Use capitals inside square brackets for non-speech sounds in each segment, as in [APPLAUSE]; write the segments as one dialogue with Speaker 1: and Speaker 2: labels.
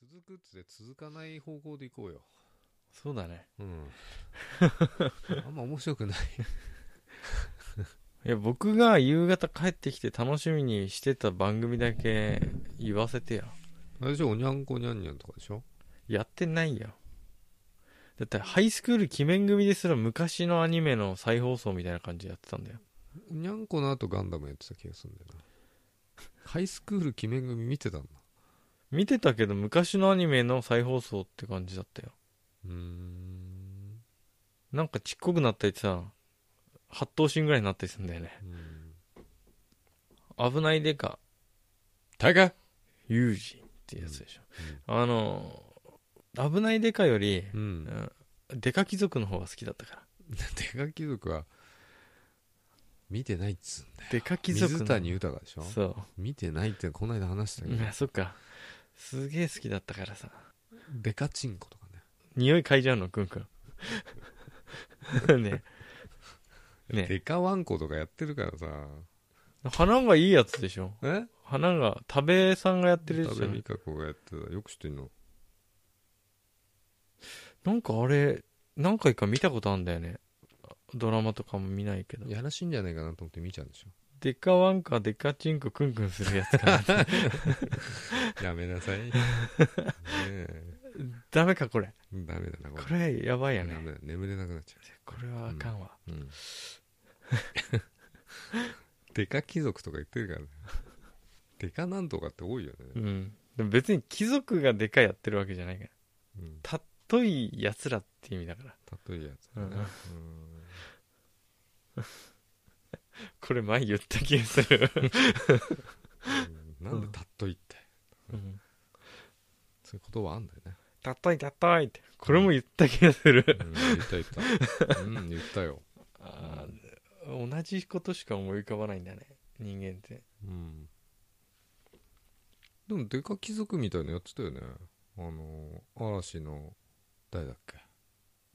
Speaker 1: 続くっつって続かない方向でいこうよ。
Speaker 2: そうだね。
Speaker 1: [LAUGHS] うん。あんま面白くない。
Speaker 2: いや、僕が夕方帰ってきて楽しみにしてた番組だけ言わせてよ。
Speaker 1: あれでしょ、おにゃんこにゃんにゃんとかでしょ
Speaker 2: やってないよ。だって、ハイスクール鬼面組ですら昔のアニメの再放送みたいな感じでやってたんだよ。
Speaker 1: おにゃんこの後ガンダムやってた気がするんだよな。ハイスクール鬼面組見てたんだ。
Speaker 2: 見てたけど、昔のアニメの再放送って感じだったよ。
Speaker 1: うーん。
Speaker 2: なんかちっこくなったりさ、8頭身ぐらいになったりするんだよね。
Speaker 1: うん
Speaker 2: 危ないでか、
Speaker 1: タカ
Speaker 2: ユージってやつでしょ。あの、危ないでかより、
Speaker 1: う。
Speaker 2: うんん、でか貴族の方が好きだったから。
Speaker 1: [LAUGHS] 手書き族は、見てないっつうんだよ。
Speaker 2: でか貴族の
Speaker 1: 水谷豊でしょ
Speaker 2: そう。
Speaker 1: 見てないってこの間話したけど、
Speaker 2: うん、そっか。すげえ好きだったからさ。
Speaker 1: デカチンコとかね。
Speaker 2: 匂い嗅いじゃうの、くんく [LAUGHS] ん。ねね
Speaker 1: デカワンコとかやってるからさ。
Speaker 2: 花がいいやつでしょ。
Speaker 1: え
Speaker 2: 花が、食べさんがやってるやつ
Speaker 1: 食
Speaker 2: じ
Speaker 1: べ
Speaker 2: ゃん
Speaker 1: みかこがやってた。よく知ってんの。
Speaker 2: なんかあれ、何回か見たことあんだよね。ドラマとかも見ないけど。
Speaker 1: やらしいんじゃないかなと思って見ちゃうんでしょ。
Speaker 2: デカワンカ、デカチンコ、クンクンするや
Speaker 1: [LAUGHS]
Speaker 2: つかな。
Speaker 1: やめなさい。ねえ
Speaker 2: ダメか、これ。
Speaker 1: ダメだな、こ
Speaker 2: こ
Speaker 1: れ。
Speaker 2: れ、やばいよ
Speaker 1: ダ
Speaker 2: ね。
Speaker 1: メだ眠れなくなっちゃ
Speaker 2: これはあかんわ。
Speaker 1: う。うん。デカ貴族とか言ってるからね。デカなんとかって多いよ
Speaker 2: う
Speaker 1: ね。
Speaker 2: ん。でも別に貴族がデカやってるわけじゃないから。
Speaker 1: うん。
Speaker 2: たっとい奴らって意味だから。
Speaker 1: 例えやつだね。うん
Speaker 2: これ前言った気がする。
Speaker 1: うんなんでたっといって。
Speaker 2: うん
Speaker 1: そういうことはあんだよね。
Speaker 2: たっといたっといって。これも言った気がする。
Speaker 1: うん、言った言った。うん、言ったよ。
Speaker 2: あー同じことしか思い浮かばないんだね。人間って。
Speaker 1: うん。でも、デカ貴族みたいなのやってたよね。あの、嵐の、誰だっけ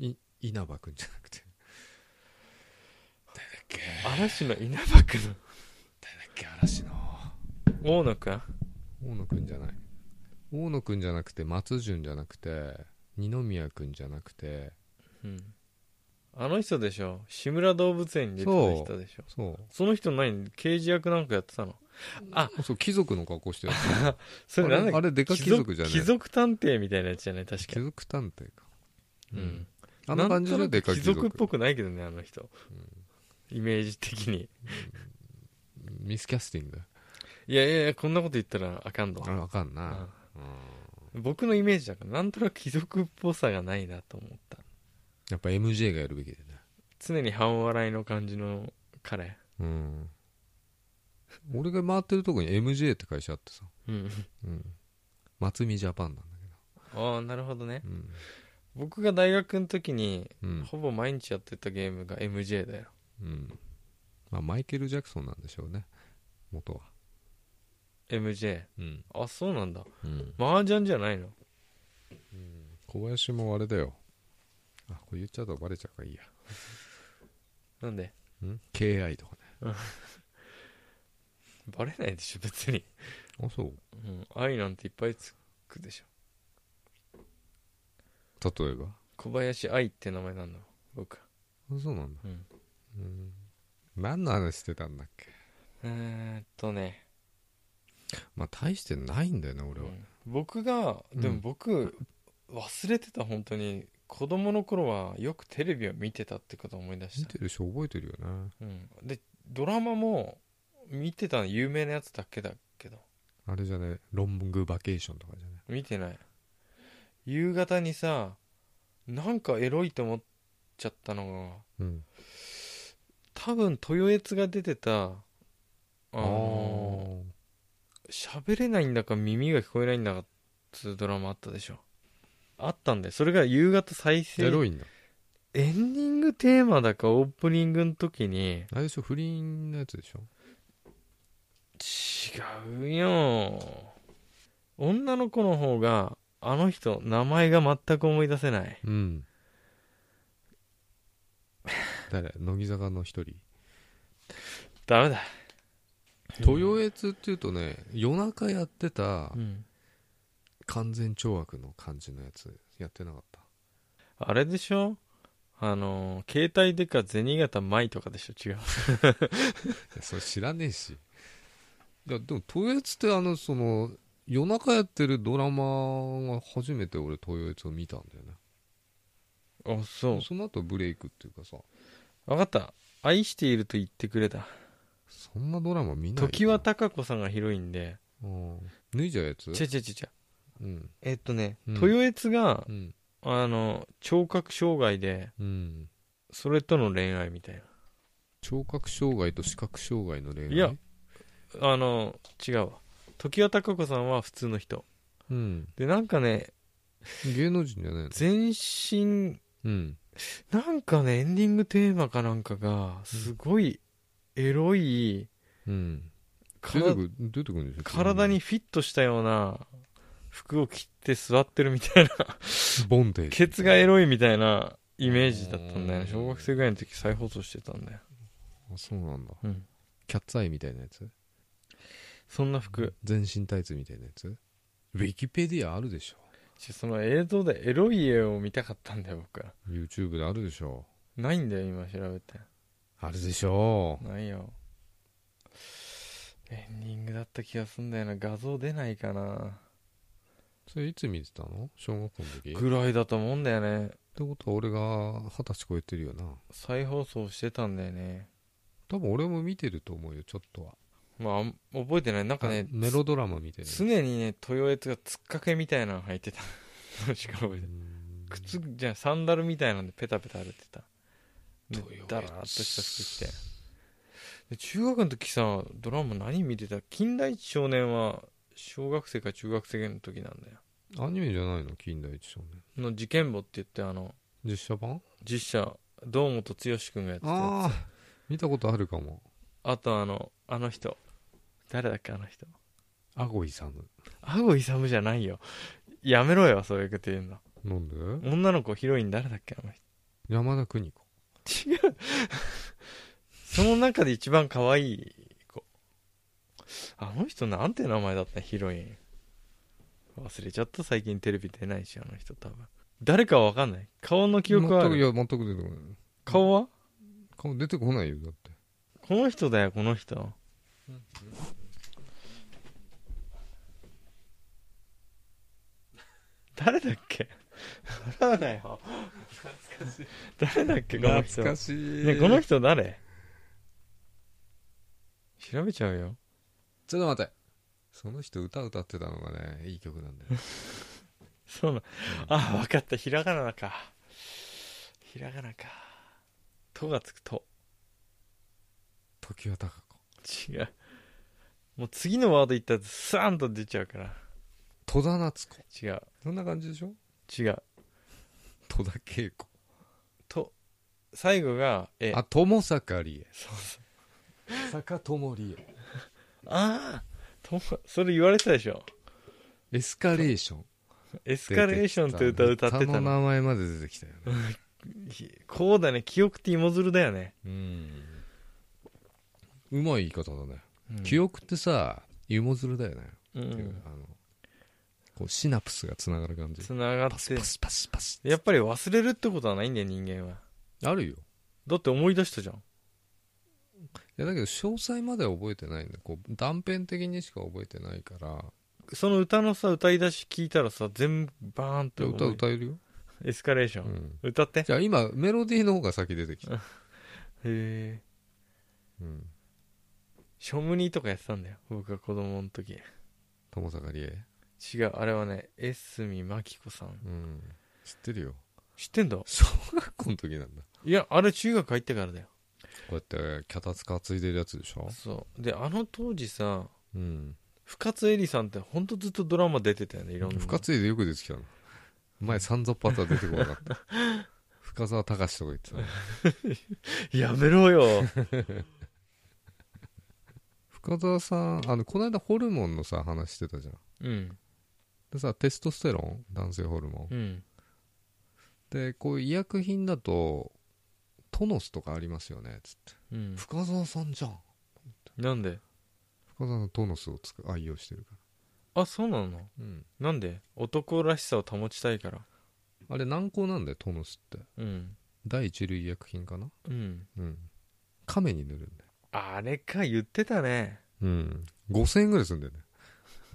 Speaker 1: い、稲葉くんじゃなくて。誰だっけ
Speaker 2: 嵐の稲葉くん
Speaker 1: 誰だっけ嵐の。
Speaker 2: の。大野くん
Speaker 1: 大野くんじゃない。大野くんじゃなくて、松潤じゃなくて、二宮くんじゃなくて、
Speaker 2: うん。あの人でしょ。志村動物園に出てた人でしょ。
Speaker 1: そ
Speaker 2: その人何刑事役なんかやってたの
Speaker 1: う。そう、貴族の格好してる。
Speaker 2: それなんだっ
Speaker 1: あ
Speaker 2: け
Speaker 1: れ、デカ貴族じゃない
Speaker 2: 貴族探偵みたいなやつじゃない確
Speaker 1: 貴
Speaker 2: か。
Speaker 1: 族探偵か。
Speaker 2: うん。
Speaker 1: あの感じ
Speaker 2: な
Speaker 1: の
Speaker 2: んと
Speaker 1: デ
Speaker 2: なく
Speaker 1: カ
Speaker 2: 貴
Speaker 1: 貴族。
Speaker 2: 族っぽくないけどね、あの人。イメージ的に。
Speaker 1: ミスキャスティング。
Speaker 2: いやいやいや、こんなこと言ったらあかんの
Speaker 1: あ、わかんな
Speaker 2: あ。
Speaker 1: うん
Speaker 2: 僕のイメージだからなんとなく貴族っぽさがないなと思った
Speaker 1: やっぱ MJ がやるべきだよね。
Speaker 2: 常に半笑いの感じの彼
Speaker 1: うん。俺が回ってるとこに MJ って会社あってさ。
Speaker 2: うん
Speaker 1: うん。松見ジャパンなんだ
Speaker 2: ああなるほどね
Speaker 1: けど。
Speaker 2: 僕が大学の時に
Speaker 1: うん。うん。
Speaker 2: ほぼ毎日やってたゲームが MJ だよ
Speaker 1: うん。まあ、マイケル・ジャクソンなんでしょうね。元は。
Speaker 2: MJ
Speaker 1: うん。
Speaker 2: あそうなんだ
Speaker 1: うん。
Speaker 2: 麻雀じゃないの
Speaker 1: 小林もあれだよ。あ、これ言っちゃうとバレちゃうからいいや。
Speaker 2: なんで
Speaker 1: うん。KI とかね。
Speaker 2: バレないでしょ別に、
Speaker 1: あ、そう。
Speaker 2: うん、愛なんていっぱいつくでしょ
Speaker 1: 例えば
Speaker 2: 小林愛って名前なんだろう僕
Speaker 1: あそうなんだ。
Speaker 2: うん
Speaker 1: うん。何の話してたんだっけ
Speaker 2: えー、っとね、
Speaker 1: まあ、大してないんだよね、俺は
Speaker 2: う。ん僕がで
Speaker 1: う
Speaker 2: も
Speaker 1: ん
Speaker 2: 僕、忘れてた本当に子供の頃はよくテレビを見てたってことを思い出し
Speaker 1: 見
Speaker 2: た、
Speaker 1: てるし覚えてるよね。
Speaker 2: うん、でドラマも見てたの有名なやつだけだけど
Speaker 1: あれじゃね、ロングバケーションとかじゃね。
Speaker 2: 見てない夕方にさなんかエロいと思っちゃったのが
Speaker 1: うん。
Speaker 2: 多分豊悦が出てたあ
Speaker 1: あ
Speaker 2: の喋れないんだか耳が聞こえないんだかっつうドラマあったでしょあったんでそれが夕方再
Speaker 1: ー。
Speaker 2: 生
Speaker 1: エロいんだ。
Speaker 2: エンディングテーマだかオープニングの時に
Speaker 1: あれでしょ、不倫のやつでしょ。
Speaker 2: 違うよ女の子の方があの人名前が全く思い出せない
Speaker 1: うん。誰乃木坂の一人。
Speaker 2: ダメだ
Speaker 1: 豊悦っていうとね、夜中やってた
Speaker 2: う、ん
Speaker 1: 完全懲悪の感じのやつやってなかった
Speaker 2: あれでしょあのー、携帯でか銭形舞とかでしょ違
Speaker 1: い
Speaker 2: う。
Speaker 1: や [LAUGHS] それ知らねえしいやでも東越ってあのその夜中やってるドラマが初めて俺東越を見たんだよね
Speaker 2: あ、そう。
Speaker 1: その後ブレイクっていうかさ
Speaker 2: わかった。愛していると言ってくれた。
Speaker 1: そんなドラマ見ないよ
Speaker 2: 時は高子さんがヒロインで。
Speaker 1: うん脱いじゃうやつ
Speaker 2: ちゃちゃちゃちゃ。
Speaker 1: うん
Speaker 2: えっとね、
Speaker 1: うん
Speaker 2: 豊悦が
Speaker 1: う、ん
Speaker 2: あの、聴覚障害で、
Speaker 1: うん
Speaker 2: それとの恋愛みたいな。
Speaker 1: 聴覚障害と視覚障害の恋愛
Speaker 2: いやあの、違うわ。時は高子さんは普通の人。
Speaker 1: うん
Speaker 2: で、なんかね、
Speaker 1: 芸能人じゃないの
Speaker 2: 全身、
Speaker 1: うん
Speaker 2: なんかね、エンディングテーマかなんかが、すごい、エロい、
Speaker 1: うん出て
Speaker 2: 体
Speaker 1: くる出てくるんでしょ
Speaker 2: 体にフィットしたような服を着て座ってるみたい
Speaker 1: [LAUGHS]
Speaker 2: な、
Speaker 1: ボンテージ
Speaker 2: ケツがエロいみたいなイメージだったんだよね。
Speaker 1: うん
Speaker 2: 小学生ぐらいの時再放送してたんだよ。
Speaker 1: あそうなんだ
Speaker 2: うん。
Speaker 1: キャッツアイみたいなやつ
Speaker 2: そんな服、
Speaker 1: 全身タイツみたいなやつウィキペディアあるでしょ
Speaker 2: ちょその映像でエロい絵を見たかったんだよ、僕は。
Speaker 1: YouTube であるでしょ
Speaker 2: ないんだよ、今調べて。
Speaker 1: あるでしょ
Speaker 2: ないよエンディングだった気がすんだよな画像出ないかな
Speaker 1: それいつ見てたの小学校の時って
Speaker 2: ぐらいだと思うんだよね
Speaker 1: ことは俺が二十歳超えてるよな
Speaker 2: 再放送してたんだよね
Speaker 1: 多分俺も見てると思うよちょっとは
Speaker 2: まああん覚えてないなんかね
Speaker 1: あメロドラマ見てる
Speaker 2: つ常にね豊悦がつっかけみたいなの履いてたそれしか覚えてない靴じゃあサンダルみたいなんでペタペタ歩いてたで
Speaker 1: 豊悦
Speaker 2: ダラーっとした服着てで中学の時さドラマ何見てた近代一少年は小学生か中学生の時なんだよ
Speaker 1: アニメじゃないの近代一少年
Speaker 2: の事件簿って言ってあの
Speaker 1: 実写版
Speaker 2: 実写堂本剛君がやってたや
Speaker 1: ああ見たことあるかも
Speaker 2: つあとあのあの人誰だっけあの人
Speaker 1: アゴイサム
Speaker 2: あごいさむじゃないよやめろよそういうこと言うの
Speaker 1: なんで
Speaker 2: 女の子ヒロイン誰だっけあの
Speaker 1: 山田邦子
Speaker 2: 人違うその中で一番可愛い子あの人なんて名前だったヒロイン忘れちゃった最近テレビ出ないしあの人多分誰かは分かんない顔の記憶はあ
Speaker 1: 全くい
Speaker 2: る
Speaker 1: や全く出てこない
Speaker 2: 顔は
Speaker 1: 顔出てこないよだって
Speaker 2: この人だよこの人誰だっけ笑うなよ誰だっけこの人ね
Speaker 1: しい
Speaker 2: えこの人誰調べちゃうよ
Speaker 1: ちょっと待ってその人歌歌ってたのがねいい曲なんだよ
Speaker 2: そうなあ分かったひらがなかひらがなか「と」がつく「と
Speaker 1: 時は高子」
Speaker 2: 違うもう次のワード言ったらサーンと出ちゃうから
Speaker 1: 戸田夏子
Speaker 2: 違う
Speaker 1: そんな感じでしょ
Speaker 2: 違う
Speaker 1: 戸田恵子
Speaker 2: と最後が「え」
Speaker 1: あ友坂理
Speaker 2: そうそう
Speaker 1: 恵坂友理恵
Speaker 2: ああとそれ言われてたでしょ
Speaker 1: エスカレーション
Speaker 2: エスカレーションって歌歌ってた
Speaker 1: 歌の
Speaker 2: の
Speaker 1: 名前まで出てきたよね
Speaker 2: ひこうだね記憶って芋づるだよね、
Speaker 1: うんうまい言い方だね、
Speaker 2: うん
Speaker 1: 記憶ってさ芋づるだよね、
Speaker 2: う
Speaker 1: っていうんあのこうシナプスがつながる感じ
Speaker 2: つながっ
Speaker 1: パス
Speaker 2: て
Speaker 1: パスパスパス
Speaker 2: やっぱり忘れるってことはないんだよ人間は
Speaker 1: あるよ
Speaker 2: だって思い出したじゃん
Speaker 1: いやだけど詳細までは覚えてないんだこう断片的にしか覚えてないから
Speaker 2: その歌のさ歌い出し聞いたらさ全部バーン
Speaker 1: い
Speaker 2: と
Speaker 1: や歌
Speaker 2: 思い
Speaker 1: 歌えるよ、
Speaker 2: エスカレーショ
Speaker 1: う
Speaker 2: ン、
Speaker 1: ん、
Speaker 2: 歌ってへ
Speaker 1: じゃあ今メロディーの方が先出てきた、
Speaker 2: え
Speaker 1: うん、
Speaker 2: ショムニーとかやってたんだよ僕が子供の時
Speaker 1: 友坂理恵、
Speaker 2: 違うあれはねエスミマキコさん
Speaker 1: うん、知ってるよ [LAUGHS]
Speaker 2: 知ってんだ
Speaker 1: 小学校の時なんだ
Speaker 2: いやあれ中学入ってからだよ
Speaker 1: こうやって脚立担いでるやつでしょ
Speaker 2: そうであの当時さ
Speaker 1: うん
Speaker 2: 深津絵里さんってほんとずっとドラマ出てたよねいろんな
Speaker 1: 深津絵でよく出てきたの前三蔵パターン出てこなかった [LAUGHS] 深澤隆とか言ってたの
Speaker 2: やめろよ
Speaker 1: 深澤さんあのこの間ホルモンのさ話してたじゃん
Speaker 2: [LAUGHS] うん
Speaker 1: でさテストステロン男性ホルモン、
Speaker 2: うん
Speaker 1: でこういう医薬品だとトノスとかありますよねつって、
Speaker 2: うん
Speaker 1: 深澤さんじゃん
Speaker 2: なんで
Speaker 1: 深澤さんトノスをつく愛用してるか
Speaker 2: あそうなの
Speaker 1: うん、
Speaker 2: なんで男らしさを保ちたいから
Speaker 1: あれ軟膏なんだよトノスって
Speaker 2: うん
Speaker 1: 第一類医薬品かな
Speaker 2: うん
Speaker 1: うん亀に塗るんだよ
Speaker 2: あれか言ってたね
Speaker 1: うん5000円ぐらいするんだよね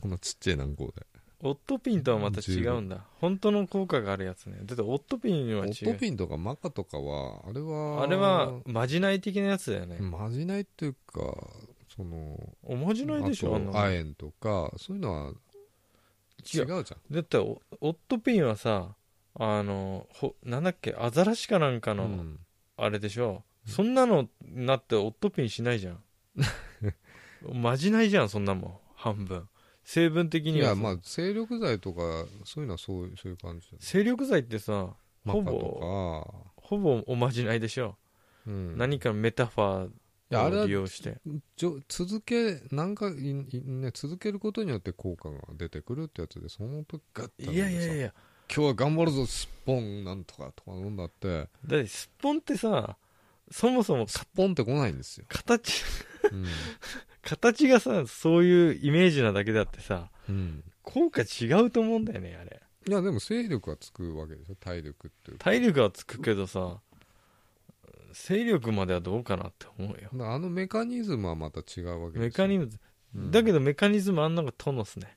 Speaker 1: こんなちっちゃい軟膏で
Speaker 2: オットピンとはまた違うんだ本当の効果があるやつねだってオットピン
Speaker 1: オ
Speaker 2: は違う
Speaker 1: ットピンとかマカとかはあれは
Speaker 2: あれはまじない的なやつだよね、
Speaker 1: まじないっていうかその
Speaker 2: おまじないでしょあん
Speaker 1: あ
Speaker 2: な
Speaker 1: と亜鉛とかそういうのは違
Speaker 2: 違う
Speaker 1: うじゃん
Speaker 2: だってオオットピンはさあのほなんだっけアザラシかなんか
Speaker 1: う
Speaker 2: の、
Speaker 1: ん
Speaker 2: あれでしょそんなのなってオットピンしな
Speaker 1: [LAUGHS]
Speaker 2: いじゃんまじないじゃんそんなもん半分成分的
Speaker 1: い
Speaker 2: には
Speaker 1: や
Speaker 2: さ
Speaker 1: まあ精力剤とかそういうのはそうそういう感じだね
Speaker 2: 精力剤ってさ
Speaker 1: マ
Speaker 2: ほ
Speaker 1: カ
Speaker 2: ぼ
Speaker 1: とか
Speaker 2: ほぼおまじないでしょ、
Speaker 1: うん
Speaker 2: 何かメタファ
Speaker 1: いやあれ
Speaker 2: ーを
Speaker 1: は
Speaker 2: 利用して
Speaker 1: じょ続け何回いいね続けることによって効果が出てくるってやつでその時ガッて飲んでさ
Speaker 2: いやいやいや
Speaker 1: 今日は頑張るぞスッポンなんとかとか飲んだって
Speaker 2: だってスッポンってさそもそも
Speaker 1: ス
Speaker 2: か
Speaker 1: ッポンって来ないんですよ、
Speaker 2: 形
Speaker 1: うん
Speaker 2: 形がさそういうイメージなだけだってさ
Speaker 1: うん
Speaker 2: 効果違うと思うんだよねあれ
Speaker 1: いやでも精力はつくわけでしょ体力っていうか
Speaker 2: 体力はつくけどさ勢力まではどうかなって思うよ
Speaker 1: だからあのメカニズムはまた違うわけで
Speaker 2: メカニ
Speaker 1: ム、
Speaker 2: ズム、
Speaker 1: うん
Speaker 2: だけどメカニズムあんながトノスね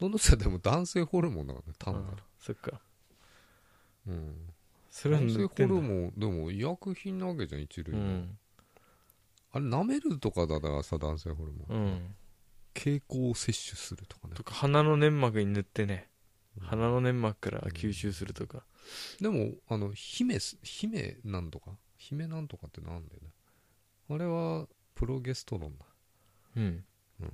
Speaker 1: どの人はでも男性ホルモンだからね単な
Speaker 2: うんそっか
Speaker 1: る、うん
Speaker 2: それは
Speaker 1: 男
Speaker 2: 塗
Speaker 1: 性
Speaker 2: っ
Speaker 1: ホ
Speaker 2: て
Speaker 1: ル
Speaker 2: んだ
Speaker 1: モンでも医薬品なわけじゃん一類
Speaker 2: う
Speaker 1: の、
Speaker 2: ん
Speaker 1: あれ舐めるとかだからさ男性ホルモン、
Speaker 2: うん
Speaker 1: 蛍光を摂取するとかね
Speaker 2: とか鼻の粘膜に塗ってね
Speaker 1: うん
Speaker 2: 鼻の粘膜から吸収するとか
Speaker 1: でもあの姫す姫なんとか姫なんとかってなんだよねあれはプロゲストロンだ
Speaker 2: うん、
Speaker 1: うん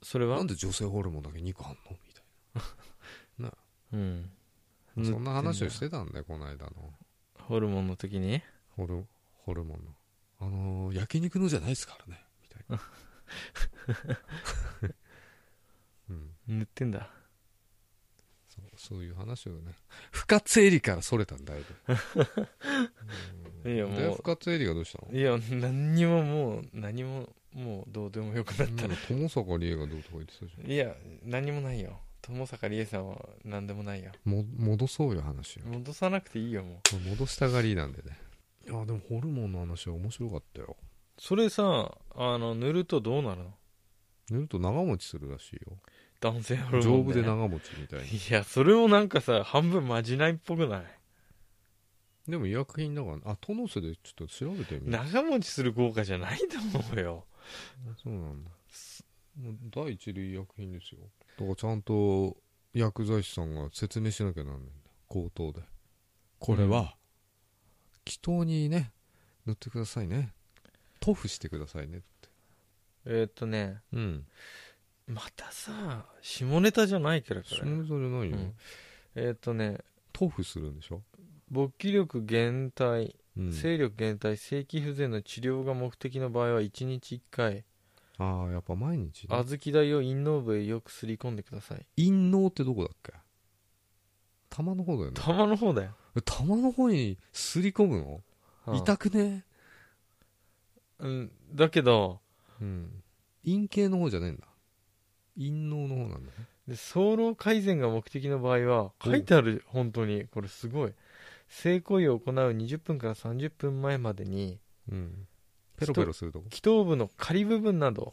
Speaker 2: それは
Speaker 1: なんで女性ホルモンだけ2個あんのみたい
Speaker 2: うん
Speaker 1: なそんな話を
Speaker 2: て
Speaker 1: し
Speaker 2: んだ
Speaker 1: てたんだよこの間の
Speaker 2: ホルモンの時に
Speaker 1: ホルホルモンのあのー焼肉のじゃないですからねみたい
Speaker 2: [LAUGHS]
Speaker 1: なうん
Speaker 2: 塗ってんだ
Speaker 1: そうそういう話をね [LAUGHS] 不活エリからそれたんだいぶ
Speaker 2: い
Speaker 1: [LAUGHS]
Speaker 2: や
Speaker 1: うん
Speaker 2: もう
Speaker 1: で不活エリがどうしたの
Speaker 2: いや何にももう何ももうどうでもよくなった、
Speaker 1: 友坂理恵がどうとか言ってたじゃ
Speaker 2: いや何もないよ友坂理恵さんは何でもないよ
Speaker 1: んも戻そうよ話を
Speaker 2: 戻さなくていいよもう
Speaker 1: 戻したがりなんでねいやでもホルモンの話は面白かったよ
Speaker 2: それさあの塗るとどうなるの
Speaker 1: 塗ると長持ちするらしいよ、
Speaker 2: 男性ホルモン
Speaker 1: 丈夫で長持ちみたいに
Speaker 2: いやそれもなんかさ半分まじないっぽくない
Speaker 1: でも医薬品だからあトノスでちょっと調べてみる
Speaker 2: 長持ちする効果じゃないと思うよ
Speaker 1: そうなんだもう第一類医薬品ですよだからちゃんと薬剤師さんが説明しなきゃなんないんだ口頭でこれは、祈祷にね塗ってくださいね塗布してくださいねって
Speaker 2: えーっとね
Speaker 1: うん
Speaker 2: またさ下ネタじゃないからこ
Speaker 1: そ
Speaker 2: れ
Speaker 1: れぞれないよ、
Speaker 2: うんえーっとね
Speaker 1: 塗布するんでしょ、
Speaker 2: 勃起力減退
Speaker 1: うん、
Speaker 2: 勢力減退性器不全の治療が目的の場合は1日1回
Speaker 1: ああやっぱ毎日ね、
Speaker 2: 小豆大を陰嚢部へよくすり込んでください
Speaker 1: 陰嚢ってどこだっけ玉の方だよね
Speaker 2: 玉の方だよ、
Speaker 1: 玉の方にすり込むの、痛くね
Speaker 2: うんだけど
Speaker 1: うん陰茎の方じゃねえんだ陰嚢の方なんだね
Speaker 2: で早漏改善が目的の場合は書いてある本当にこれすごい性行為を行う20分から30分前までに
Speaker 1: うんペロペロするとこ
Speaker 2: 気頭部の仮部分など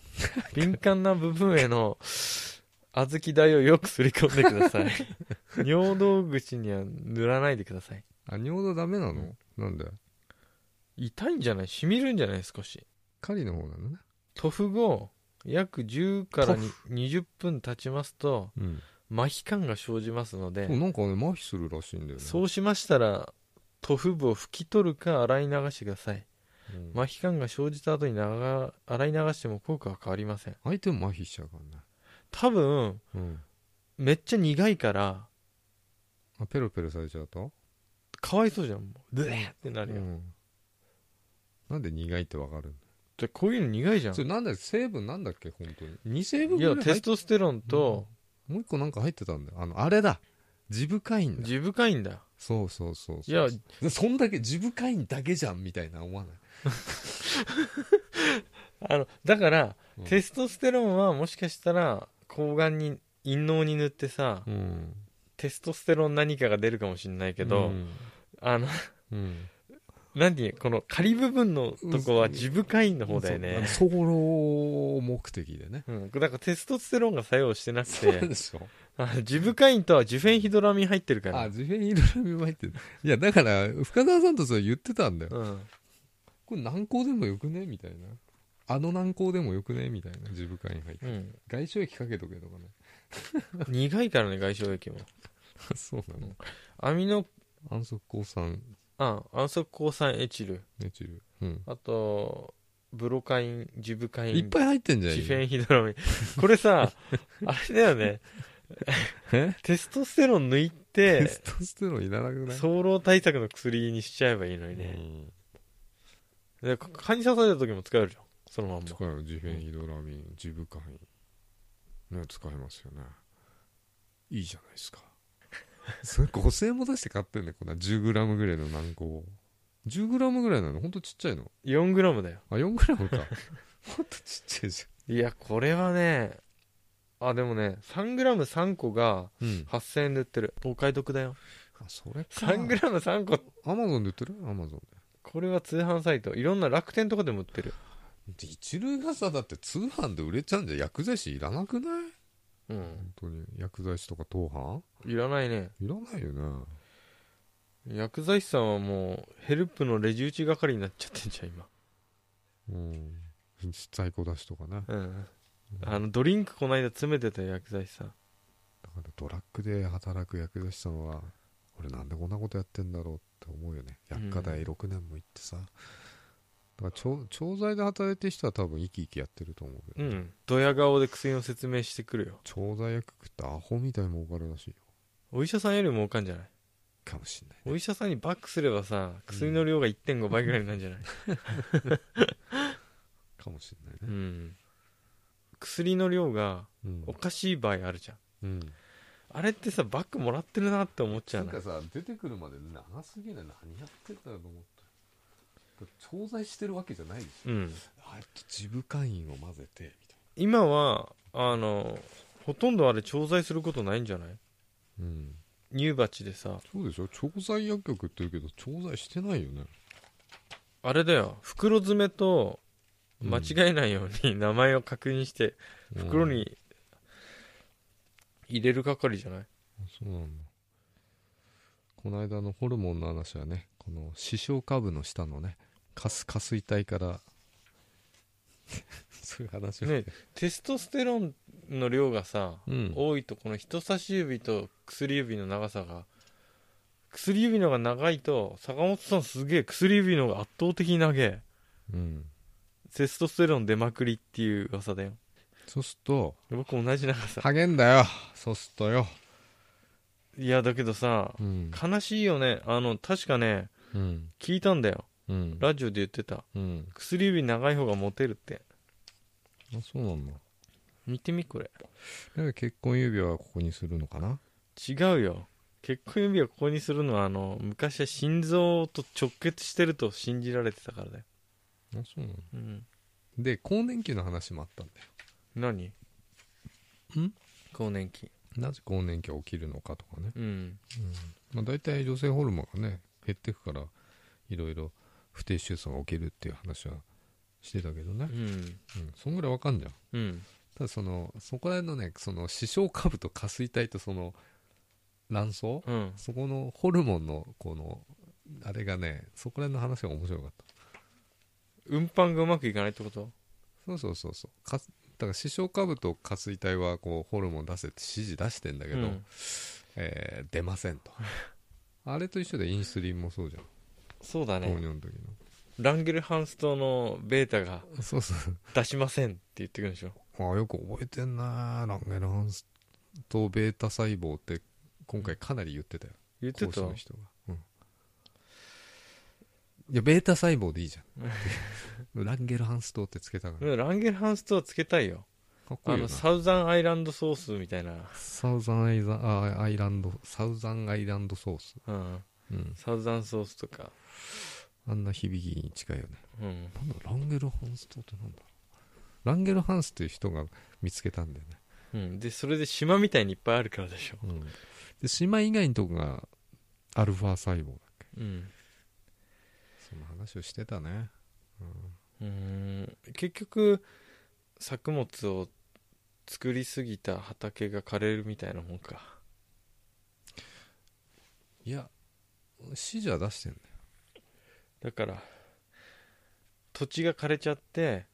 Speaker 2: 敏感な部分への小豆大をよくすり込んでください尿道口には塗らないでください
Speaker 1: あ尿道ダメなの、
Speaker 2: うん
Speaker 1: なんで
Speaker 2: 痛いんじゃないしみるんじゃない少し
Speaker 1: 狩りの方なのね
Speaker 2: 塗布後約10から
Speaker 1: 塗
Speaker 2: 20分経ちますと
Speaker 1: うん
Speaker 2: 麻痺感が生じますので
Speaker 1: そうなんかね麻痺するらしいんだよね
Speaker 2: そうしましたら塗布部を拭き取るか洗い流してください
Speaker 1: うん
Speaker 2: 麻痺感が生じた後に流洗い流しても効果は変わりません
Speaker 1: 相手も麻痺しちゃうからね
Speaker 2: 多分
Speaker 1: うん
Speaker 2: めっちゃ苦いから
Speaker 1: あペロペロされちゃうと
Speaker 2: かわいそうじゃんもうブエーってなるよ、
Speaker 1: うんなんで苦いってわかるんだ
Speaker 2: でこういうの苦いじゃん
Speaker 1: それなんだっけ成分なんだっけ本当に2成分
Speaker 2: い
Speaker 1: ぐらい
Speaker 2: や
Speaker 1: 入っ
Speaker 2: テストステロンと
Speaker 1: もう一個なんか入ってたんだよあのあれだジブカインだ
Speaker 2: 自深いんだ
Speaker 1: そうそうそう
Speaker 2: い
Speaker 1: そう
Speaker 2: や
Speaker 1: でそんだけジブカインだけじゃんみたいな思わない
Speaker 2: あのだから、
Speaker 1: うん
Speaker 2: テストステロンはもしかしたら睾丸に陰嚢に塗ってさ、
Speaker 1: うん
Speaker 2: テストステロン何かが出るかもしれないけど、
Speaker 1: うん
Speaker 2: あの
Speaker 1: うん
Speaker 2: 何この仮部分のとこは自部会員の方だよね、
Speaker 1: そうあの総合目的でね
Speaker 2: うん、だからテストステロンが作用してなくて
Speaker 1: でしょ
Speaker 2: あの自部会員とはジュフェンヒドラミン入ってるから
Speaker 1: あ自分にいろいろ見舞いっていやだから深澤さんとそれ言ってたんだよ
Speaker 2: うん、
Speaker 1: これ軟膏でもよくねみたいなあの軟膏でもよくねみたいな自部会に入って
Speaker 2: うん、
Speaker 1: 外傷液かけとけとかね
Speaker 2: 苦いからね外傷液も
Speaker 1: [LAUGHS] そうなの
Speaker 2: アミノ
Speaker 1: 安息抗酸
Speaker 2: あ安息抗酸エチル
Speaker 1: メチル、うん、
Speaker 2: あとブロカインジブカイン
Speaker 1: いっぱい入ってんじゃん
Speaker 2: ジフェンヒドラミンこ
Speaker 1: [LAUGHS]
Speaker 2: れさあれだよね
Speaker 1: え
Speaker 2: テストステロン抜い
Speaker 1: [LAUGHS] テ
Speaker 2: て
Speaker 1: ストステロンいらなくない
Speaker 2: 早漏対策の薬にしちゃえばいいのにね、
Speaker 1: ん、
Speaker 2: で蚊に刺された時も使えるじゃんそのまんま
Speaker 1: 使えるジフェンヒドラミンジブカインね使えますよねいいじゃないですか [LAUGHS] それ5000円も出して買ってんねこんな 10g ぐらいの軟膏 10g ぐらいなのほんとちっちゃいの
Speaker 2: 4g だよ
Speaker 1: あ 4g [LAUGHS] かほんとちっちゃいじ
Speaker 2: いやこれはねあでもね 3g3 個が
Speaker 1: ゃん、うん、
Speaker 2: 8000円で売ってるお買い得だよ
Speaker 1: あそれか
Speaker 2: 3g3 個
Speaker 1: アマゾンで売ってるアマゾン
Speaker 2: これは通販サイトいろんな楽天とかでも売ってる
Speaker 1: で一塁傘だって通販で売れちゃうんじゃ薬剤師いらなくない
Speaker 2: うん
Speaker 1: 本当に薬剤師とか当販
Speaker 2: いらないね
Speaker 1: いらないよね
Speaker 2: 薬剤師さんはもうヘルプのレジ打ち係になっちゃってんじゃん今
Speaker 1: うん [LAUGHS] 在庫出しとかね
Speaker 2: うんあのドリンクこの間詰めてた薬剤師さん
Speaker 1: だからドラッグで働く薬剤師さんは俺なんでこんなことやってんだろうって思うよね薬科大6年も行ってさ、だから調調剤で働いてる人は多分生き生きやってると思うけ
Speaker 2: う
Speaker 1: ど、
Speaker 2: んドヤ顔で薬の説明してくるよ
Speaker 1: 調剤薬食ってアホみたいに儲かるらしいよ
Speaker 2: お医者さんより儲かんじゃない
Speaker 1: かもしんない
Speaker 2: お医者さんにバックすればさ薬の量が1.5倍ぐらいになるんじゃない、
Speaker 1: かもしんないね
Speaker 2: うん、薬の量が
Speaker 1: うん
Speaker 2: おかしい場合あるじゃん
Speaker 1: うん
Speaker 2: あれってさバックもらってるなって思っちゃう
Speaker 1: つ
Speaker 2: な
Speaker 1: うかさ出てくるまで長すぎない何やってんだろうと思った調剤してるわけじゃないでしょ
Speaker 2: うん
Speaker 1: あと自部会員を混ぜてみたい
Speaker 2: 今はあのほとんどあれ調剤することないんじゃない
Speaker 1: なうん
Speaker 2: 乳鉢でさ
Speaker 1: そうでしょ調剤薬局って言うけど調剤してないよね
Speaker 2: あれだよ袋詰めと
Speaker 1: うん
Speaker 2: 間違えないように [LAUGHS] 名前を確認して袋
Speaker 1: うん
Speaker 2: に入れる係じゃない
Speaker 1: そうなんだこの間のホルモンの話はねこの視床下部の下のねかす下垂体から [LAUGHS] そういう話を [LAUGHS]
Speaker 2: ねテストステロンの量がさ
Speaker 1: うん
Speaker 2: 多いとこの人差し指と薬指の長さが薬指のが長いと坂本さんすげえ薬指のが圧倒的に長え
Speaker 1: うん
Speaker 2: テストステロン出まくりっていう噂だよ
Speaker 1: そうすると
Speaker 2: 僕同じ長さ
Speaker 1: 励んだよそうするとよ
Speaker 2: いやだけどさ
Speaker 1: うん
Speaker 2: 悲しいよねあの確かね
Speaker 1: うん
Speaker 2: 聞いたんだよ
Speaker 1: うん
Speaker 2: ラジオで言ってた
Speaker 1: うん
Speaker 2: 薬指長い方がモテるって
Speaker 1: あそうなんだ
Speaker 2: 見てみこれ
Speaker 1: だから結婚指輪はここにするのかな
Speaker 2: 違うよ結婚指輪ここにするのはあの昔は心臓と直結してると信じられてたからだよ
Speaker 1: あそうなの
Speaker 2: うん
Speaker 1: で更年期の話もあったんだよ
Speaker 2: 何
Speaker 1: ん
Speaker 2: 更年期
Speaker 1: なぜ更年期が起きるのかとかね、
Speaker 2: うん
Speaker 1: まあ、大体女性ホルモンがね減ってくからいろいろ不定出産が起きるっていう話はしてたけどね
Speaker 2: う、ん
Speaker 1: うん、そんぐらいわかんじゃん
Speaker 2: うん
Speaker 1: ただそのそこら辺のねその視床下部と下垂体とその卵巣
Speaker 2: うん
Speaker 1: そこのホルモンのこのあれがねそこら辺の話が面白かった
Speaker 2: 運搬がうまくいかないってこと
Speaker 1: そうそうそうそうかだから視床下部と下垂体はこうホルモン出せって指示出してんだけど、
Speaker 2: うん
Speaker 1: えー出ませんとあれと一緒でインスリンもそうじゃん
Speaker 2: そうだ
Speaker 1: 糖
Speaker 2: ね
Speaker 1: 尿の時
Speaker 2: ランゲルハンス島のベータが
Speaker 1: のそうそう
Speaker 2: 出しませんって言ってくるんでしょ
Speaker 1: ああよく覚えてんなランゲルハンスとベータ細胞って今回かなり言ってたよ
Speaker 2: 言って
Speaker 1: 講
Speaker 2: た
Speaker 1: 師の人が、うん、いやベータ細胞でいいじゃん
Speaker 2: [LAUGHS]
Speaker 1: ランゲルハンス糖ってつけたから、
Speaker 2: うんランゲルハンス島つけたいよ
Speaker 1: かっこ
Speaker 2: あ
Speaker 1: いいよ
Speaker 2: の
Speaker 1: な
Speaker 2: サウザンアイランドソースみたいな、
Speaker 1: サウザンアイザあアイランドサウザンアイランドソース、
Speaker 2: うん、
Speaker 1: うん、
Speaker 2: サウザンソースとか、
Speaker 1: あんな響きに近いよね
Speaker 2: うん、
Speaker 1: なんだランゲルハンス島ってなんだランゲルハンスっていう人が見つけたんだよね
Speaker 2: うん、でそれで島みたいにいっぱいあるからでしょ、
Speaker 1: うん、で島以外のとこがアルファ細胞だっけ
Speaker 2: うん、
Speaker 1: その話をしてたね、
Speaker 2: うん結局作物を作りすぎた畑が枯れるみたいなもんか
Speaker 1: いや指示は出してんだよ
Speaker 2: だから土地が枯れちゃって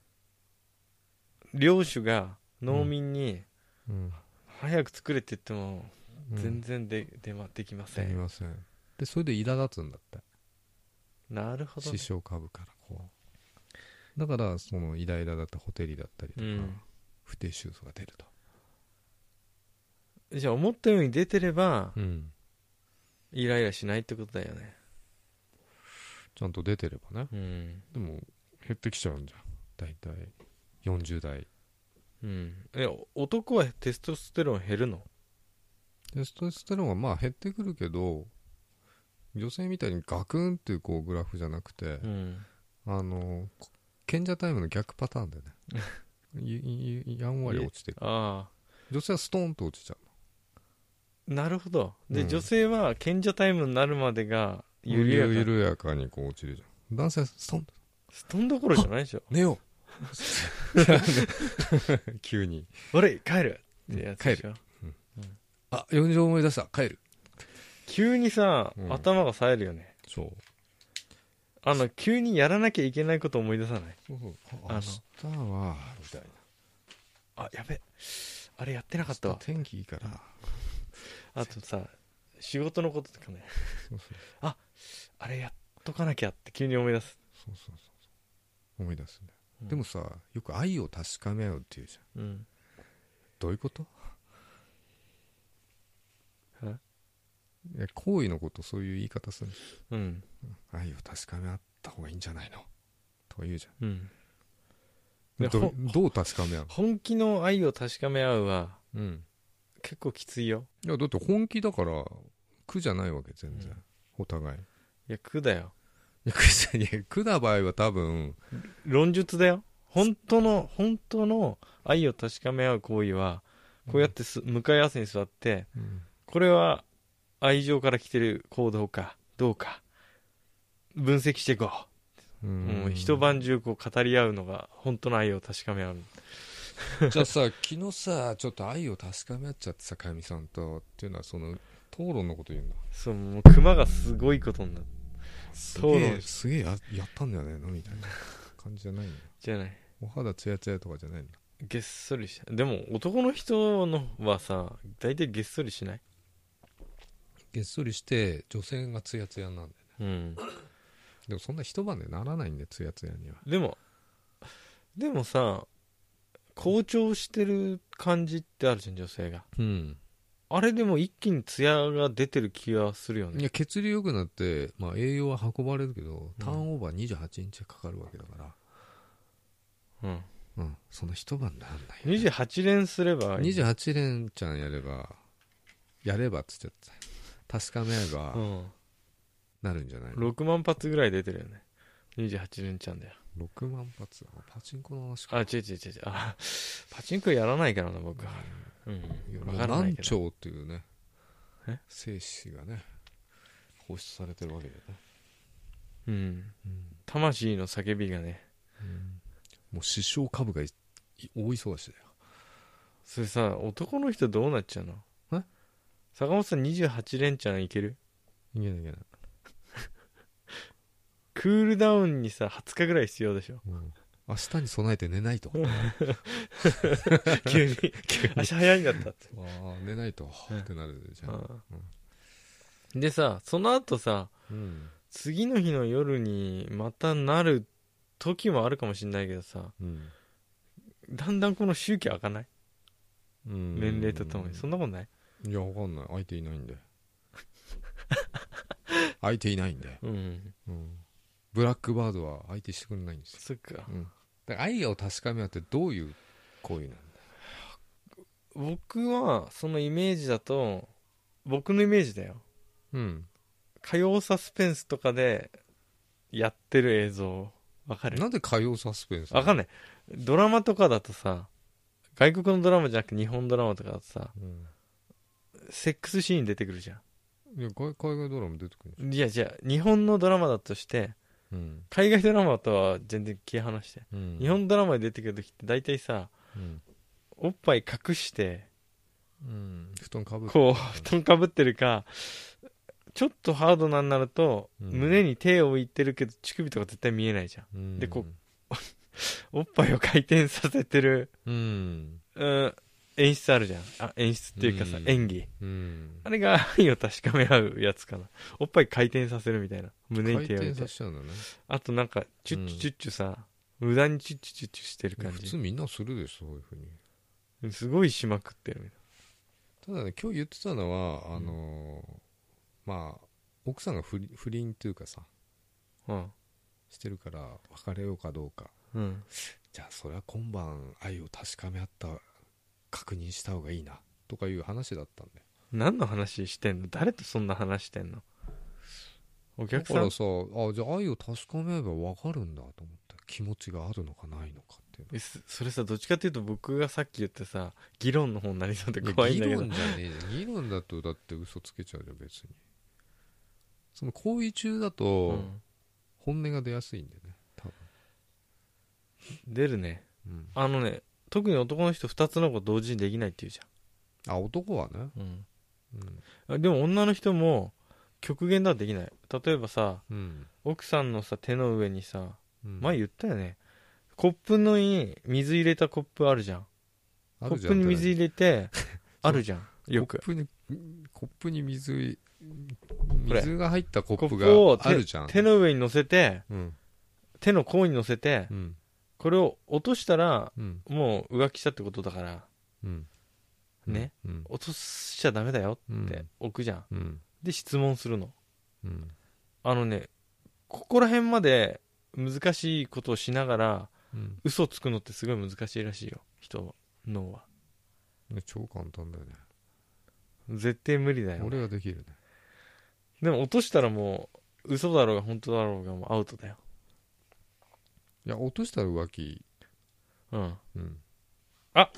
Speaker 2: 領主が農民に
Speaker 1: うん、
Speaker 2: 早く作れって言っても全
Speaker 1: 全
Speaker 2: 然で,、出まできませ
Speaker 1: 然い
Speaker 2: ん
Speaker 1: ませんでそれで苛立つんだって
Speaker 2: なるほどね
Speaker 1: 師匠株からこうだからそのイライラだったりホテリだったりと
Speaker 2: う
Speaker 1: か、
Speaker 2: ん
Speaker 1: 不定収束が出ると、
Speaker 2: じゃあ思ったように出てれば
Speaker 1: うん、
Speaker 2: イライラしないってことだよね
Speaker 1: ちゃんと出てればね
Speaker 2: うん、
Speaker 1: でも減ってきちゃうんじゃん大体40代
Speaker 2: うん、え男はテストステロン減るの
Speaker 1: テストステロンはまあ減ってくるけど女性みたいにガクンっていうこうグラフじゃなくて、
Speaker 2: うん
Speaker 1: あのこ賢者タイムの逆パターンでね
Speaker 2: [LAUGHS]
Speaker 1: いいいやんわり落ちてる
Speaker 2: ああ
Speaker 1: 女性はストーンと落ちちゃう
Speaker 2: なるほどで、
Speaker 1: うん
Speaker 2: 女性は賢者タイムになるまでが緩やか
Speaker 1: 緩やかにこう落ちるじゃん男性はストンと
Speaker 2: ストンどころじゃないでしょ
Speaker 1: 寝よ
Speaker 2: [LAUGHS]
Speaker 1: う急に
Speaker 2: 悪い帰るってやつでしょ
Speaker 1: あ40思い出した帰る
Speaker 2: 急にさ、
Speaker 1: うん
Speaker 2: 頭が冴えるよね
Speaker 1: そう
Speaker 2: あの急にやらなきゃいけないこと思い出さない
Speaker 1: そうそう明
Speaker 2: あの
Speaker 1: 日はみたいな
Speaker 2: あやべあれやってなかった
Speaker 1: 明
Speaker 2: わ
Speaker 1: 日天気いいから
Speaker 2: あとさ仕事のこととかね
Speaker 1: そうそう
Speaker 2: あれやっとかなきゃって急に思い出す、
Speaker 1: そうそうそうそう思い出すね、
Speaker 2: うん
Speaker 1: でもさよく愛を確かめ合うっていうじゃん
Speaker 2: うん
Speaker 1: どういうこと
Speaker 2: え
Speaker 1: いや行為のことそういう言い方する
Speaker 2: うん
Speaker 1: 愛を確かめ合った方がいいんじゃないのとか言うじ
Speaker 2: うん
Speaker 1: ゃん
Speaker 2: で
Speaker 1: ど
Speaker 2: ほ
Speaker 1: どう確かめ合う
Speaker 2: 本気の愛を確かめ合うは
Speaker 1: のうん
Speaker 2: 結構きついよ
Speaker 1: いやだって本気だから苦じゃないわけ全然、
Speaker 2: うん
Speaker 1: お互いい
Speaker 2: いや苦だよ
Speaker 1: や苦じゃいや苦な場合は多分
Speaker 2: 論述だよ本当の本当の愛を確かめ合う行為はこうやってす、向かい合わせに座って
Speaker 1: うん
Speaker 2: これは愛情から来てる行動かどうか分析していこ
Speaker 1: う
Speaker 2: う、
Speaker 1: ん
Speaker 2: もう一晩中こう語り合うのが本当の愛を確かめ合う
Speaker 1: じゃあさ昨日さちょっと愛を確かめ合っちゃってさかゆみさんとっていうのはその討論のこと言うんだ
Speaker 2: そうもうクマがすごいことになる
Speaker 1: す
Speaker 2: げ
Speaker 1: げ
Speaker 2: え
Speaker 1: えすげえややったんだよねみたいな感じじゃないんだ
Speaker 2: じゃない
Speaker 1: お肌ツヤツヤとかじゃないんだ
Speaker 2: げっそりしたでも男の人のはさ大体げっそりしない
Speaker 1: げっそりして女性がツヤツヤなんだよね
Speaker 2: うん
Speaker 1: でもそんな一晩でならないんでツヤツヤには
Speaker 2: でもでもさ好調してる感じってあるじゃん女性が
Speaker 1: うん
Speaker 2: あれでも一気にツヤが出てる気がするよ
Speaker 1: い
Speaker 2: ね
Speaker 1: や血流良くなって、まあ、栄養は運ばれるけど
Speaker 2: うん
Speaker 1: ターンオーバー28日かかるわけだから
Speaker 2: うん
Speaker 1: うん、その一晩でなんないよ
Speaker 2: 28連すればいい
Speaker 1: 28連ちゃんやればやればっつっちゃった確かめれば
Speaker 2: うん
Speaker 1: なるんじゃないの、
Speaker 2: 6万発ぐらい出てるよね28連ちゃんだよ
Speaker 1: 6万発あパチンコの話か
Speaker 2: あ違う違う違う違うあパチンコやらないからな僕はうん
Speaker 1: いやも
Speaker 2: 分
Speaker 1: う
Speaker 2: からない
Speaker 1: 南
Speaker 2: けど
Speaker 1: 朝っていうね
Speaker 2: え
Speaker 1: 精子がね放出されてるわけだよね、
Speaker 2: うん魂の叫びがね
Speaker 1: もう師匠株がい大忙しだよ
Speaker 2: それさ男の人どうなっちゃうの
Speaker 1: え
Speaker 2: 坂本さん28連ちゃんいける
Speaker 1: いけないいけない、
Speaker 2: クールダウンにさ20日ぐらい必要
Speaker 1: [LAUGHS]
Speaker 2: でしょ
Speaker 1: うん明日に備えて寝ないと
Speaker 2: 急に [LAUGHS] 足早いんだったって
Speaker 1: ああ寝ないとってなるじゃん、
Speaker 2: うんでさその後さ
Speaker 1: うん
Speaker 2: 次の日の夜にまたなる時もあるかもしんないけどさ
Speaker 1: うん
Speaker 2: だんだんこの周期開かない
Speaker 1: うん
Speaker 2: 年齢とともにそんなことない
Speaker 1: いやわかんない空いていないんで [LAUGHS] 空いていないんで、
Speaker 2: うん
Speaker 1: うんブラックバードは相手してくれないんですよ、
Speaker 2: そっか
Speaker 1: うん、だから愛を確かめ合ってどういう行為なんだ
Speaker 2: 僕はそのイメージだと僕のイメージだよ
Speaker 1: うん
Speaker 2: 火曜サスペンスとかでやってる映像わかる
Speaker 1: なんで火曜サスペンス
Speaker 2: わかん
Speaker 1: ない
Speaker 2: ないドラマとかだとさ外国のドラマじゃなくて日本ドラマとかだとさ
Speaker 1: うん
Speaker 2: セックスシーン出てくるじゃ
Speaker 1: いや海海外ドラマ出てくる
Speaker 2: んいやじゃあ日本のドラマだとして
Speaker 1: うん、
Speaker 2: 海外ドラマとは全然切り離して
Speaker 1: うん
Speaker 2: 日本ドラマに出てくる時って大体さ
Speaker 1: うん、
Speaker 2: おっぱい隠して
Speaker 1: うん、布団かぶって
Speaker 2: こう布団かぶってるかちょっとハードなんなると、
Speaker 1: うん
Speaker 2: 胸に手を置いてるけど乳首とか絶対見えないじゃん
Speaker 1: うん
Speaker 2: でこおっぱいを回転させてる、
Speaker 1: うん
Speaker 2: うん、演出あるじゃんあ演出っていうかさ、
Speaker 1: うん
Speaker 2: 演技
Speaker 1: うん
Speaker 2: あれが愛を確かめ合うやつかなおっぱい回転させるみたいな胸
Speaker 1: 回
Speaker 2: に手を
Speaker 1: 転
Speaker 2: 置いて
Speaker 1: させちゃうんだね
Speaker 2: あとなんかチュッチュチュッチュさ、無駄にチュッチュチュッチュしてる感
Speaker 1: 普通
Speaker 2: じ
Speaker 1: みんなするでしょそういうふうに
Speaker 2: すごいしまくってるみたい
Speaker 1: ただね今日言ってたのはあのーまあ奥さんが不倫不倫というかさ
Speaker 2: な
Speaker 1: してるから別れようかどうか
Speaker 2: うん、うん、
Speaker 1: じゃあそれは今晩愛を確かめ合った確認した方がいいなとかいう話だったんだよ
Speaker 2: 何の話してんの誰とそんな話してんのお
Speaker 1: だ
Speaker 2: 客
Speaker 1: か
Speaker 2: さん
Speaker 1: らさあじゃあ愛を確かめれば分かるんだと思って気持ちがあるのかないのかっていう
Speaker 2: えそそれさどっちかっていうと僕がさっき言ってさ議論の方になりそうで
Speaker 1: いや
Speaker 2: 怖いんだけど
Speaker 1: 議論じゃねえじゃん議論だとだって嘘つけちゃうじゃん別にその行為中だ
Speaker 2: う
Speaker 1: と
Speaker 2: ん
Speaker 1: 本音が出やすいんだよね多分
Speaker 2: 出るね
Speaker 1: うん
Speaker 2: あのね特に男の人2つの子同時にできないっていうじ
Speaker 1: あ男はね
Speaker 2: ゃん、
Speaker 1: うん
Speaker 2: あでも女の人も極限ではできない例えばさ
Speaker 1: うん、
Speaker 2: 奥さんのさ手の上にさ
Speaker 1: うん、
Speaker 2: 前言ったよねコップのに水入れたコップあるじゃん
Speaker 1: あ
Speaker 2: コ
Speaker 1: るじ
Speaker 2: ッ
Speaker 1: ゃ
Speaker 2: プ
Speaker 1: ん
Speaker 2: に水入
Speaker 1: [LAUGHS]
Speaker 2: れてあるじゃんよ
Speaker 1: コ
Speaker 2: く
Speaker 1: ップにコップに水
Speaker 2: これ
Speaker 1: 水が入ったコップ
Speaker 2: コップを
Speaker 1: が
Speaker 2: 手
Speaker 1: あるじゃん
Speaker 2: 手の上に乗せて
Speaker 1: うん
Speaker 2: 手の甲に乗せて
Speaker 1: うん
Speaker 2: これを落としたら
Speaker 1: うん
Speaker 2: もう浮気したってことだから
Speaker 1: うん
Speaker 2: ね
Speaker 1: うん
Speaker 2: 落としちゃダメだよ
Speaker 1: うん
Speaker 2: って置くじゃ
Speaker 1: う
Speaker 2: ん
Speaker 1: ん
Speaker 2: で質問するの
Speaker 1: うん
Speaker 2: あのねここら辺まで難しいことをしながら
Speaker 1: うん
Speaker 2: 嘘つくのってすごい難しいらしいよ人の脳は
Speaker 1: ね超簡単だよね
Speaker 2: 絶対無理だよ
Speaker 1: 俺はできるね
Speaker 2: でも落としたらもう嘘だろうが本当だろうがもうアウトだよ
Speaker 1: いや落としたら浮気
Speaker 2: うん
Speaker 1: うん
Speaker 2: あ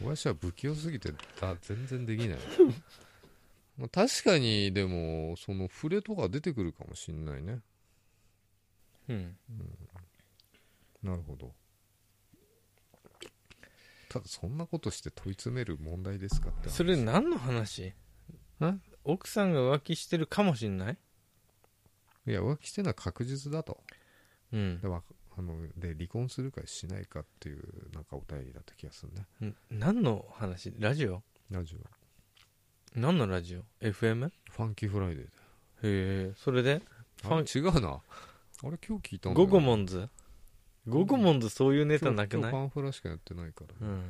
Speaker 1: 小林は不器用すぎてだ全然できない
Speaker 2: [LAUGHS]
Speaker 1: まあ確かにでもその触れとか出てくるかもしんないね
Speaker 2: うん
Speaker 1: なるほどただそんなことして問い詰める問題ですかって
Speaker 2: それ何の話
Speaker 1: ん
Speaker 2: 奥さんが浮気してるかもしんない
Speaker 1: いや浮気してるのは確実だと
Speaker 2: うん
Speaker 1: で,、まあ、あので離婚するかしないかっていうなんかお便りだった気がするね
Speaker 2: ん何の話ラジオ
Speaker 1: ラジオ
Speaker 2: 何のラジオ FM? へ
Speaker 1: ファンキーフライデーで
Speaker 2: えそれでフ
Speaker 1: あ
Speaker 2: ァ
Speaker 1: れ
Speaker 2: ン
Speaker 1: 違うなあれ今日聞いたんだ
Speaker 2: ゴゴモンズゴゴモンズそういうネタなく
Speaker 1: 今日今日
Speaker 2: ない
Speaker 1: パンフラしかやってないから
Speaker 2: うん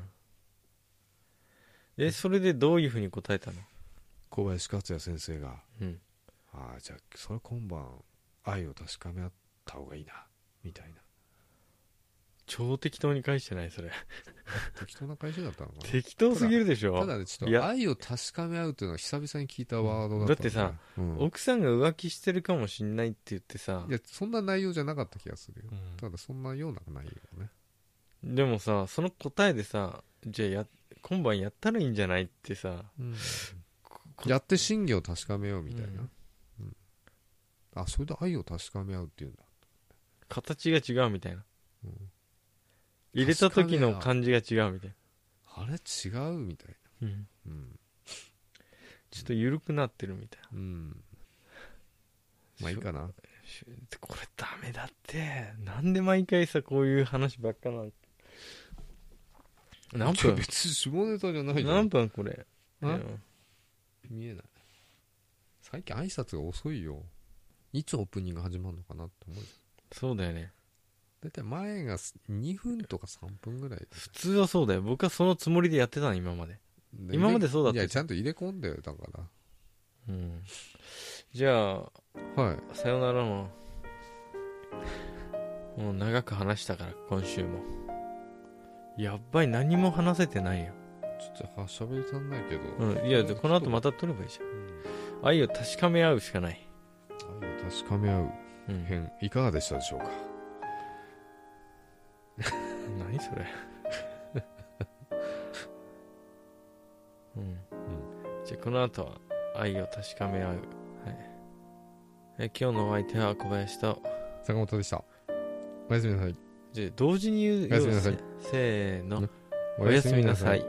Speaker 2: えそれでどういうふうに答えたの
Speaker 1: 小林克也先生が
Speaker 2: うん
Speaker 1: 「ああじゃあそれ今晩愛を確かめ合った方がいいな」みたいな
Speaker 2: 超適当に返してないそれ
Speaker 1: 適当な会社だった
Speaker 2: [LAUGHS]
Speaker 1: のかな
Speaker 2: 適当すぎるでしょ
Speaker 1: ただねちょっ
Speaker 2: い
Speaker 1: と
Speaker 2: や
Speaker 1: 愛を確かめ合うっていうのは久々に聞いたワードだったんよ
Speaker 2: だって
Speaker 1: ね、うん
Speaker 2: 奥さんが浮気してるかもしんないって言ってさ
Speaker 1: いやそんな内容じゃなかった気がするよ
Speaker 2: うん
Speaker 1: ただそんなような内容ね
Speaker 2: でもさその答えでさじゃあや今晩やったらいいんじゃないってさ
Speaker 1: やって真偽を確かめようみたいな
Speaker 2: うん
Speaker 1: うんあそれで愛を確かめ合うっていうんだ
Speaker 2: 形が違うみたいな、
Speaker 1: うん
Speaker 2: 入れた時の感じが違うみたい
Speaker 1: あれ違うみたい
Speaker 2: な、
Speaker 1: なうん
Speaker 2: ちょっと緩くなってるみたいな
Speaker 1: うんまあいいかな
Speaker 2: しこれダメだってなんで毎回さこういう話ばっかなん何
Speaker 1: いや
Speaker 2: 分
Speaker 1: 別に下ネタじゃないじゃ
Speaker 2: 何
Speaker 1: ん
Speaker 2: 分これ
Speaker 1: あ
Speaker 2: うん
Speaker 1: 見えない最近挨拶が遅いよいつオープニング始まるのかなって思うじ
Speaker 2: そうだよね
Speaker 1: ゃん大体前が2分とか3分ぐらい
Speaker 2: 普通はそうだよ僕はそのつもりでやってたの今まで
Speaker 1: で
Speaker 2: 今までそうだった
Speaker 1: いやちゃんと入れ込んだよだか
Speaker 2: うんじゃあ
Speaker 1: らはい
Speaker 2: さよならももう長く話したから今週もやっばい何も話せてないよ、
Speaker 1: ちょっとはしゃべり足んないけど、
Speaker 2: うん、いやでこの後また撮ればいいじゃん愛を確かめ合うしかない、
Speaker 1: 愛を確かめ合う
Speaker 2: うん、
Speaker 1: 編いかがでしたでしょうか
Speaker 2: 何それ [LAUGHS] うん、じゃあこの後は愛を確かめ合う、はい、え今日のお相手は小林と
Speaker 1: 坂本でしたおやすみなさい
Speaker 2: じゃあ同時に言
Speaker 1: お
Speaker 2: う
Speaker 1: やすみなさい
Speaker 2: せーの
Speaker 1: お
Speaker 2: おやすみなさい